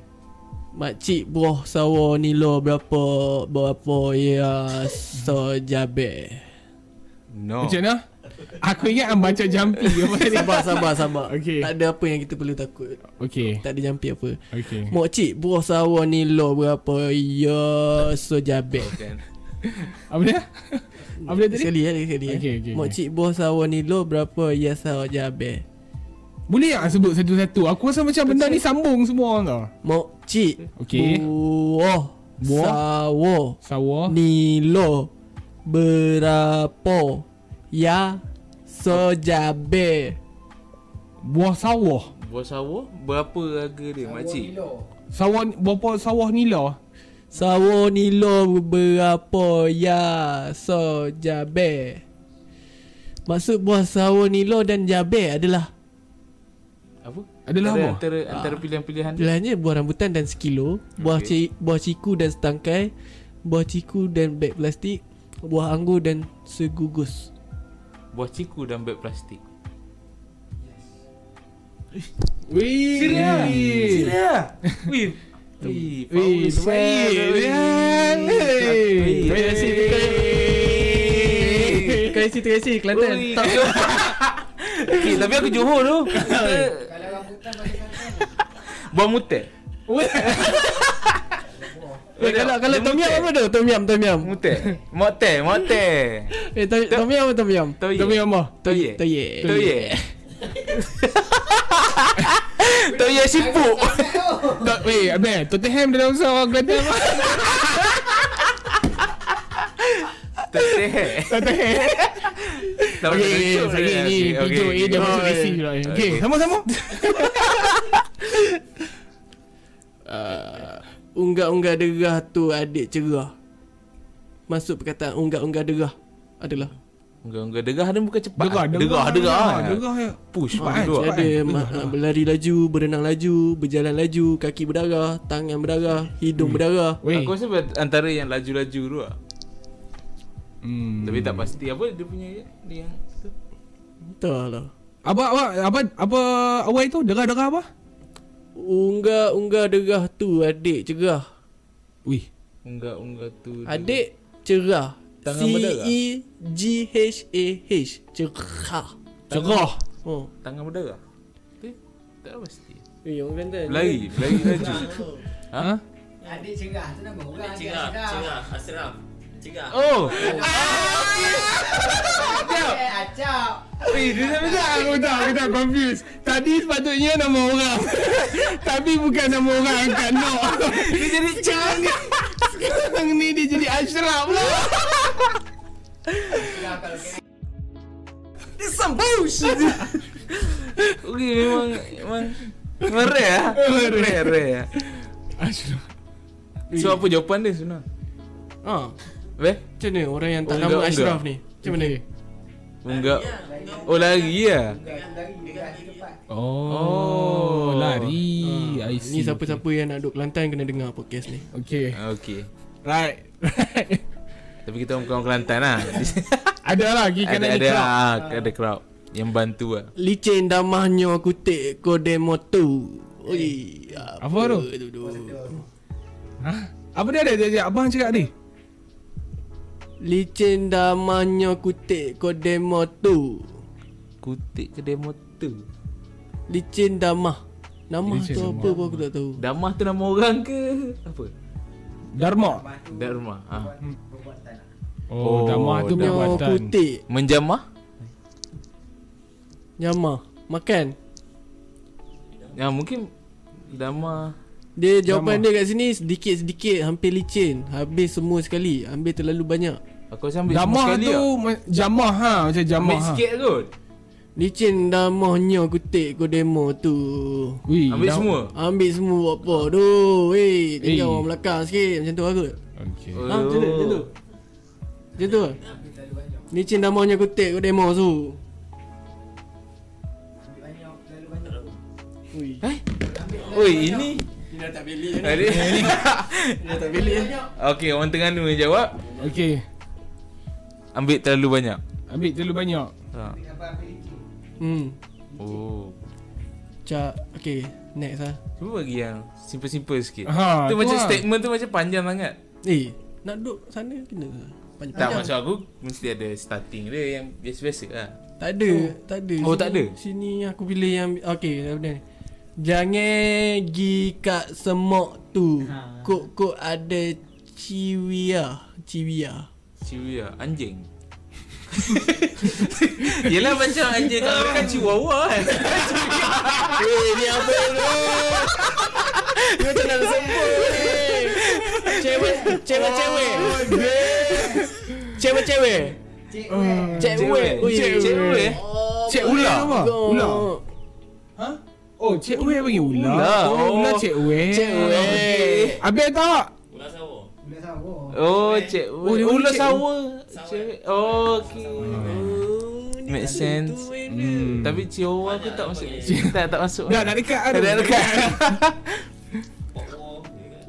Speaker 3: Makcik buah sawo nilo berapa berapa ya so jabe.
Speaker 4: No.
Speaker 1: Macam mana? Aku ingat hang baca jampi ke apa tadi.
Speaker 3: Sabar sabar sabar.
Speaker 1: Okey.
Speaker 3: Tak ada apa yang kita perlu takut.
Speaker 1: Okey.
Speaker 3: Tak ada jampi apa.
Speaker 1: Okey.
Speaker 3: Makcik buah sawo nilo berapa ya so jabe.
Speaker 4: Kan.
Speaker 1: Apa dia? Apa dia tadi?
Speaker 3: Sekali eh, lagi sekali eh.
Speaker 1: Okey, okey, okey.
Speaker 3: Makcik bos awak ni lo berapa ya sahaja be?
Speaker 1: Boleh tak sebut satu-satu? Aku rasa macam benda ni sambung semua orang tau.
Speaker 3: Makcik.
Speaker 1: Okey.
Speaker 3: Buah.
Speaker 1: Buah.
Speaker 3: Sawo. Oh.
Speaker 1: Sawa.
Speaker 3: Ni lo berapa ya sahaja be?
Speaker 1: Buah sawah.
Speaker 4: Buah sawah Berapa harga dia makcik
Speaker 1: Sawah berapa sawah lah. nila?
Speaker 3: Sawo ni lo berapa ya sahaja be? Maksud buah sawo ni lo dan jabe adalah
Speaker 4: Apa?
Speaker 1: Adalah
Speaker 4: antara,
Speaker 1: apa?
Speaker 4: Antara, antara pilihan-pilihan dia
Speaker 3: Pilihannya buah rambutan dan sekilo Buah, ci, buah ciku dan setangkai Buah ciku dan beg plastik Buah anggur dan segugus
Speaker 4: Buah ciku dan beg plastik
Speaker 1: Wih. Serius.
Speaker 4: Ya Wih Wih
Speaker 1: Wih,
Speaker 4: power
Speaker 1: baik. Rian. Hey.
Speaker 4: Terima kasih, terima kasih.
Speaker 3: Terima kasih, terima kasih Kelantan
Speaker 4: Ui.
Speaker 3: Top.
Speaker 4: Okay, tapi aku Johor tu
Speaker 5: Kalau rambutan balik kanan
Speaker 4: Buah mutai
Speaker 3: Eh, Kalau kalau tom yum apa tu? Tom yum, tom yum
Speaker 4: Mutai Motai Motai
Speaker 3: Eh, tom, tom yum apa tom yum?
Speaker 4: Toye
Speaker 1: Tapi apa?
Speaker 4: Toye
Speaker 3: Toye
Speaker 4: Toye
Speaker 3: ya,
Speaker 4: Toye sipuk
Speaker 1: Tak, weh, abang, Tottenham dalam usaha orang Kelantan apa?
Speaker 4: Toye
Speaker 1: Tottenham. Okey, okey, okey, ni pintu A dia masuk AC pula. ni. Okey, sama-sama.
Speaker 3: Ah, Unggah-unggah derah tu adik cerah Masuk perkataan unggah-unggah derah Adalah
Speaker 4: Enggak, enggak. Degah dia bukan cepat.
Speaker 1: Degah,
Speaker 4: degah. Degah,
Speaker 1: degah. ya.
Speaker 4: Push,
Speaker 1: Cepat,
Speaker 4: push dua.
Speaker 1: cepat.
Speaker 3: Ada
Speaker 1: kan?
Speaker 3: ma-
Speaker 1: Betul.
Speaker 3: berlari laju, berenang laju, berjalan laju, kaki berdarah, tangan berdarah,
Speaker 4: Hmm.
Speaker 3: hidung berdarah.
Speaker 1: Weh.
Speaker 4: Aku rasa ber- antara yang laju-laju tu lah.
Speaker 1: Hmm.
Speaker 4: Tapi tak pasti apa dia punya dia yang tu.
Speaker 3: Entahlah.
Speaker 1: Apa apa apa apa awal itu derah-derah apa?
Speaker 3: Unggah-unggah derah tu adik cerah.
Speaker 1: Wih.
Speaker 4: Enggak, enggak tu.
Speaker 3: Adik cerah.
Speaker 4: Tangan
Speaker 3: C
Speaker 4: berdarah?
Speaker 3: E G H A H cerah.
Speaker 1: Cerah.
Speaker 3: Oh.
Speaker 4: Tangan berdarah. Tu, Tak pasti.
Speaker 3: Eh, orang Kelantan.
Speaker 4: Lari, lari laju.
Speaker 1: Ha?
Speaker 5: Adik cegah tu nama orang adik
Speaker 6: Cengah,
Speaker 5: cegah.
Speaker 6: cengah, asraf. Cengah.
Speaker 4: Oh,
Speaker 5: Eh, acap.
Speaker 4: weh, dia dah
Speaker 1: Tak, aku tak, aku tak confused. Tadi sepatutnya nama orang. Tapi bukan nama orang angkat no.
Speaker 4: dia jadi cang.
Speaker 1: Sekarang ni dia jadi Ashraf lah.
Speaker 4: Okey, memang memang memang rare ah. Rare, rare ah.
Speaker 1: Ashraf.
Speaker 4: So apa jawapan dia Suna?
Speaker 3: Ha.
Speaker 4: Weh?
Speaker 3: Macam mana orang yang tak
Speaker 1: Oh,
Speaker 4: Unggah-
Speaker 3: nama
Speaker 4: unggah.
Speaker 3: Ashraf ni? Macam mana?
Speaker 4: Enggak. Oh, lari ah.
Speaker 5: Lari, lari cepat.
Speaker 1: Oh,
Speaker 4: Oh.
Speaker 1: lari. I
Speaker 3: Ni
Speaker 1: see.
Speaker 3: siapa-siapa yang nak duduk Kelantan kena dengar podcast ni.
Speaker 1: Okay.
Speaker 4: Okey.
Speaker 1: Right. Right.
Speaker 4: Tapi kita orang orang Kelantan lah
Speaker 1: Ada lah pergi
Speaker 4: Ada
Speaker 1: kanan
Speaker 4: ada
Speaker 1: ada, ada.
Speaker 4: ah, ada crowd Yang bantu lah
Speaker 3: Licin damahnya kutik kode motor. Oi,
Speaker 1: Eh. Apa tu?
Speaker 3: tu?
Speaker 1: Ha? Apa dia ada? Dia, dia, abang cakap tadi.
Speaker 3: Licin damahnya kutik kode motor.
Speaker 4: Kutik kedai motor
Speaker 3: Licin damah. Nama
Speaker 1: Licin
Speaker 3: tu
Speaker 1: damah.
Speaker 3: apa pun aku tak tahu.
Speaker 4: Damah tu nama orang ke? Apa?
Speaker 1: Dharma.
Speaker 4: Dharma ah.
Speaker 1: Oh,
Speaker 4: Oh,
Speaker 1: Dharma tu
Speaker 3: Nyo
Speaker 1: perbuatan.
Speaker 3: kutik,
Speaker 4: Menjamah?
Speaker 3: nyamah, makan.
Speaker 4: Ya mungkin Damah
Speaker 3: Dia jawapan dia kat sini sedikit-sedikit hampir licin. Habis semua sekali. Ambil terlalu banyak.
Speaker 4: Aku rasa ambil
Speaker 1: Damah
Speaker 4: semua sekali
Speaker 1: tu
Speaker 4: lah.
Speaker 1: ma- jamah ha macam jamah.
Speaker 4: Ambil
Speaker 1: Ha.
Speaker 4: sikit kot
Speaker 3: Licin damahnya kutik kodemo tu.
Speaker 1: Ui,
Speaker 4: Ambil
Speaker 1: dah-
Speaker 4: semua
Speaker 3: Ambil semua buat apa tu. Weh, tinggal
Speaker 1: Eh.
Speaker 3: orang belakang sikit macam tu lah kot.
Speaker 1: Okey.
Speaker 4: Oh.
Speaker 3: Ha, macam tu, macam tu. Macam tu. lah. Licin damahnya kutik kodemo tu. Ui. Eh?
Speaker 4: Oh, Oi ini
Speaker 3: Ni dah tak belik
Speaker 4: Ada
Speaker 3: Dah tak belik eh.
Speaker 4: Okey orang Terengganu yang jawab
Speaker 1: Okey.
Speaker 4: Ambil terlalu banyak
Speaker 1: Ambil terlalu banyak.
Speaker 4: ha.
Speaker 3: Hmm.
Speaker 4: Oh
Speaker 3: Cak, okay. Next lah.
Speaker 4: Cuba bagi yang simple-simple sikit
Speaker 1: Ha, tu
Speaker 4: Tu macam
Speaker 1: lah.
Speaker 4: statement tu macam panjang sangat
Speaker 3: Eh, nak duduk sana kena. Panjang.
Speaker 4: Tak maksud aku Mesti ada starting dia yang biasa-biasa lah
Speaker 3: Tak ada, tak ada.
Speaker 4: Oh, tak ada?
Speaker 3: Sini aku pilih yang okey, dah benda ni.
Speaker 4: Ha.
Speaker 3: Jangan gi kat semok tu. Kok-kok ada ah. Chiwia Chiwia
Speaker 4: Chihuahua Anjing Yelah macam anjing tak makan chihuahua kan
Speaker 3: Eh ni apa ni Ni macam nak sempur ni Cewek Cewek Cewek Cewek Cewek
Speaker 5: Cik
Speaker 4: Oh.
Speaker 5: weh.
Speaker 3: Cewek
Speaker 4: Cewek Cewek
Speaker 1: Cik Ula apa? Ula. Oh, Cik Wei panggil Ula.
Speaker 4: Ula.
Speaker 1: Oh, Ula
Speaker 4: Oh.
Speaker 1: Cik Wei.
Speaker 4: Cewek
Speaker 1: Habis tak?
Speaker 6: Ulas awak.
Speaker 5: Bila sawah.
Speaker 4: Oh cewek
Speaker 1: Oh, dia
Speaker 4: Ular
Speaker 1: cewek.
Speaker 4: sawa Cewek Oh okay Make sense
Speaker 1: Hmm.
Speaker 4: Tapi chihuahua tu tak masuk Tak tak masuk
Speaker 1: Dah nak dekat kan?
Speaker 4: Dah dekat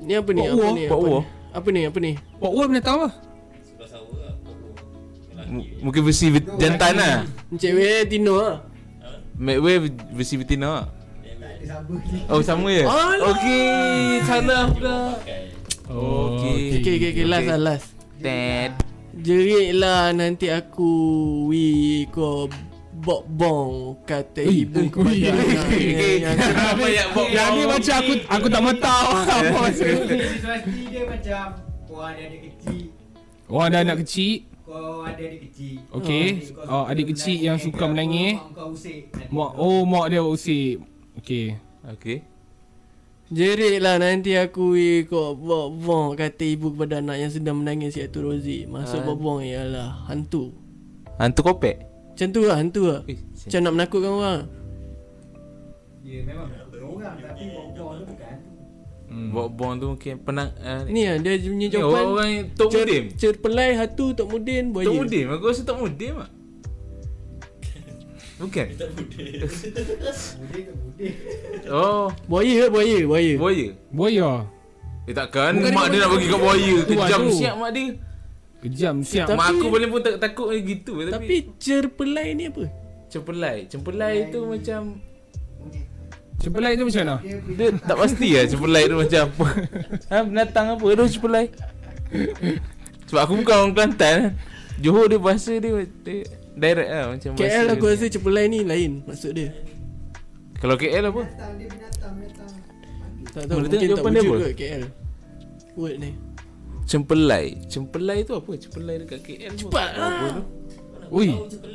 Speaker 3: Ni apa ni
Speaker 1: Pok
Speaker 3: Apa
Speaker 1: Wo,
Speaker 3: ni Apa
Speaker 4: Pok Wo.
Speaker 3: ni? Apa ni Apa ni
Speaker 1: Pak Wei pernah tahu apa?
Speaker 4: M- Mungkin versi bet- jantan lah
Speaker 3: Cewek Tino lah
Speaker 4: Medway versi betina lah
Speaker 5: Dia sabar ni.
Speaker 4: Oh sama je
Speaker 3: Alah.
Speaker 4: Okay Salah pula
Speaker 1: Oh,
Speaker 4: okey.
Speaker 3: Okay okay okay Last
Speaker 4: Okay.
Speaker 3: lah last
Speaker 4: Ted
Speaker 3: Jeritlah nanti aku Wi ko Bok bong Kata
Speaker 1: Ui, ui,
Speaker 3: ibu kepada
Speaker 1: ui,
Speaker 3: anak
Speaker 1: ui,
Speaker 4: Kenapa banyak bok
Speaker 1: Yang ni macam aku aku tak mahu tahu apa maksud.
Speaker 5: Situasi dia macam kau ada adik kecil,
Speaker 1: Oh, ada anak kecil.
Speaker 5: kau ada adik kecil.
Speaker 1: Okey. Oh, adik kecil yang suka menangis.
Speaker 5: Mak kau usik.
Speaker 1: Mak oh mak dia usik. Okey.
Speaker 4: Okay
Speaker 3: Jeritlah nanti aku ikut bong kata ibu kepada anak yang sedang menangis iaitu Rozi. Masuk
Speaker 4: Ah.
Speaker 3: bong ialah hantu.
Speaker 4: Hantu kopek
Speaker 3: Macam tu lah hantu lah.
Speaker 4: Eh,
Speaker 3: Macam nak menakutkan orang.
Speaker 5: Ya memang orang tapi kau tu bukan.
Speaker 4: Bok bong Hmm. tu mungkin penang uh,
Speaker 3: Ni lah dia punya
Speaker 4: Ni
Speaker 3: jawapan.
Speaker 4: orang yang Tok
Speaker 3: Cer-
Speaker 4: Mudim
Speaker 3: Cerpelai hantu Tok Mudin buaya.
Speaker 4: Tok Mudim Aku rasa Tok Mudim lah Bukan
Speaker 5: Budek tak budek.
Speaker 4: Oh
Speaker 3: Buaya ke buaya? Buaya.
Speaker 4: Buaya
Speaker 1: Boya.
Speaker 4: Eh takkan
Speaker 1: Bukan
Speaker 4: Mak
Speaker 1: dia
Speaker 4: dia nak bagi kat buaya
Speaker 1: Tu lah
Speaker 4: Kejam
Speaker 1: tu.
Speaker 4: siap mak dia
Speaker 1: Kejam siap.
Speaker 3: Tapi-
Speaker 4: Mak aku paling pun tak takut macam gitu
Speaker 3: Tapi
Speaker 4: Tapi
Speaker 3: cerpelai ni apa?
Speaker 4: Cempelai Cempelai tu macam
Speaker 1: Cepelai tu macam mana?
Speaker 5: Dia
Speaker 4: Dia tak pasti lah Cepelai tu macam apa ha, Binatang apa tu cepelai Sebab aku bukan orang Kelantan eh. Johor dia bahasa dia, dia Direct lah macam bahasa
Speaker 3: KL aku
Speaker 4: dia.
Speaker 3: rasa cerpelai ni lain maksud dia.
Speaker 4: Kalau KL apa?
Speaker 5: binatang, dia binatang, binatang.
Speaker 3: Tak tahu
Speaker 4: Boleh
Speaker 3: mungkin
Speaker 4: tengok
Speaker 3: tak
Speaker 4: jawapan dia
Speaker 3: wujud
Speaker 4: apa?
Speaker 3: kot KL. Word ni.
Speaker 4: Cempelai Cempelai tu apa? Cempelai dekat KL tu
Speaker 3: Cepat lah.
Speaker 1: Ui.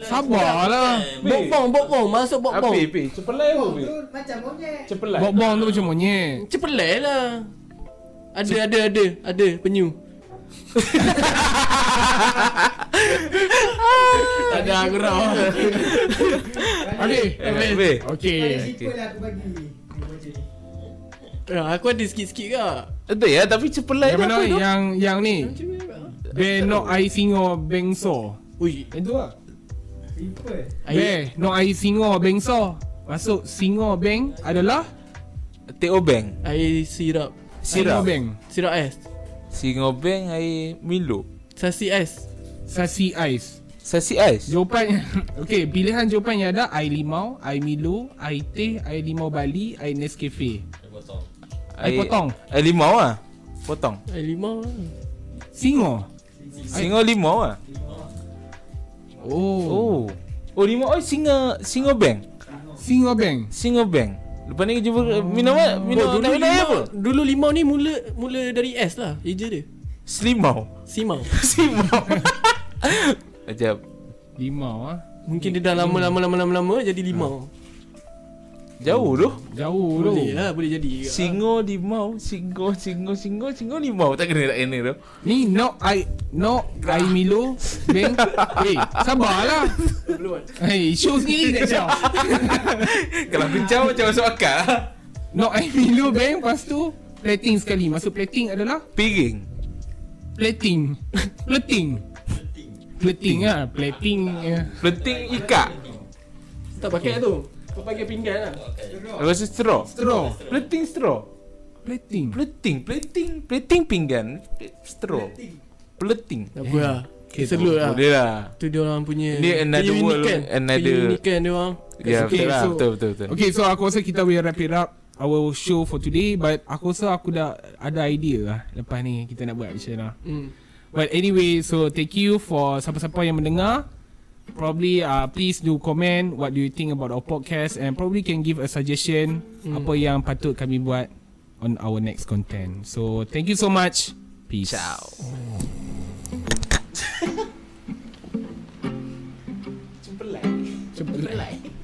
Speaker 1: Sabarlah.
Speaker 3: Bokbong, bokbong, masuk
Speaker 4: Apa?
Speaker 3: bokbong.
Speaker 4: Apa? Cempelai apa? Pi?
Speaker 5: Tu macam monyet.
Speaker 4: Cepelai
Speaker 1: Bokbong tu macam monyet.
Speaker 3: Cepelai lah Ada ada ada Ada penyu Ada aku rau
Speaker 1: Okey.
Speaker 4: Eh, Pi.
Speaker 1: Okey.
Speaker 5: Ada simple lah aku bagi. Dia macam ni.
Speaker 3: Ya, Aku ada sikit-sikit kak
Speaker 4: Betul ya tapi
Speaker 1: Yang
Speaker 4: cepelai tu
Speaker 1: mana
Speaker 4: apa tu?
Speaker 1: yang yang ni?
Speaker 3: Macam mana kak?
Speaker 1: Benok ai singo bengso.
Speaker 3: Ui
Speaker 1: Yang tu lah.
Speaker 5: Simple.
Speaker 1: Be, no ai singo bengso. Masuk singo beng adalah ya?
Speaker 4: Teobeng
Speaker 3: Air sirap
Speaker 1: singo
Speaker 4: Sirap
Speaker 1: beng.
Speaker 3: Sirap ais
Speaker 4: Singobeng air Milo
Speaker 3: Sasi ais
Speaker 1: Sasi ais.
Speaker 4: Sasi ais
Speaker 1: Jawapan Okey, pilihan jawapan yang ada air limau, air milo, air teh, air limau Bali, air Nescafe. Air potong.
Speaker 4: Air limau lah Potong
Speaker 3: Air limau lah
Speaker 1: Singo.
Speaker 4: Singo limau lah
Speaker 1: Oh. oh.
Speaker 4: Oh Oh limau Oh singa Singo bank
Speaker 1: Singo beng.
Speaker 4: Singo bank Lepas ni jumpa eh, Minum apa? Minum
Speaker 3: Oh,
Speaker 4: nak
Speaker 3: dulu,
Speaker 4: minum air
Speaker 3: limau,
Speaker 4: apa?
Speaker 3: dulu limau ni mula mula dari S lah Eja dia
Speaker 4: Selimau
Speaker 3: Simau
Speaker 4: Selimau Sekejap
Speaker 1: Limau ah.
Speaker 3: Mungkin dia dah lama lama lama lama lama jadi limau
Speaker 4: Ah. Jauh tu
Speaker 1: Ya. Jauh tu.
Speaker 3: Boleh lah boleh jadi juga
Speaker 4: Singo limau Singo Singo Singo Singo limau Tak kena tak kena tu
Speaker 1: Ni no I no I Milo beng. Eh, sabarlah.
Speaker 3: Belum kan?
Speaker 1: Hei, show sendiri tak show.
Speaker 4: Kalau kencang macam masuk akal lah.
Speaker 1: No I Milo beng lepas tu plating sekali. Masuk plating adalah
Speaker 4: Piring
Speaker 1: plating. plating. Plating ah, plating. eh.
Speaker 4: Penting ikat
Speaker 3: Tak pakai tu Kau pakai pinggan lah
Speaker 4: Aku rasa straw
Speaker 1: Straw.
Speaker 4: Penting straw
Speaker 1: Plating.
Speaker 4: Plating, plating, plating pinggan, straw, plating.
Speaker 3: Apa lah Selut lah
Speaker 4: Eh, Boleh lah.
Speaker 3: Tu dia orang punya
Speaker 4: Ni another world,
Speaker 3: keunikan.
Speaker 4: another-
Speaker 3: Keunikan kan dia orang
Speaker 4: Ya,
Speaker 1: Okay,
Speaker 4: betul lah,
Speaker 1: so-
Speaker 4: betul, betul, betul.
Speaker 1: Okay, so aku rasa kita will wrap it up our show for today but aku rasa aku dah ada idea lah lepas ni kita nak buat macam mana.
Speaker 3: hmm.
Speaker 1: But anyway, so thank you for siapa-siapa yang mendengar. Probably uh, please do comment what do you think about our podcast and probably can give a suggestion apa yang patut kami buat on our next content. So thank you so much.
Speaker 5: Peace.
Speaker 1: Ciao.
Speaker 5: Jumpa lagi.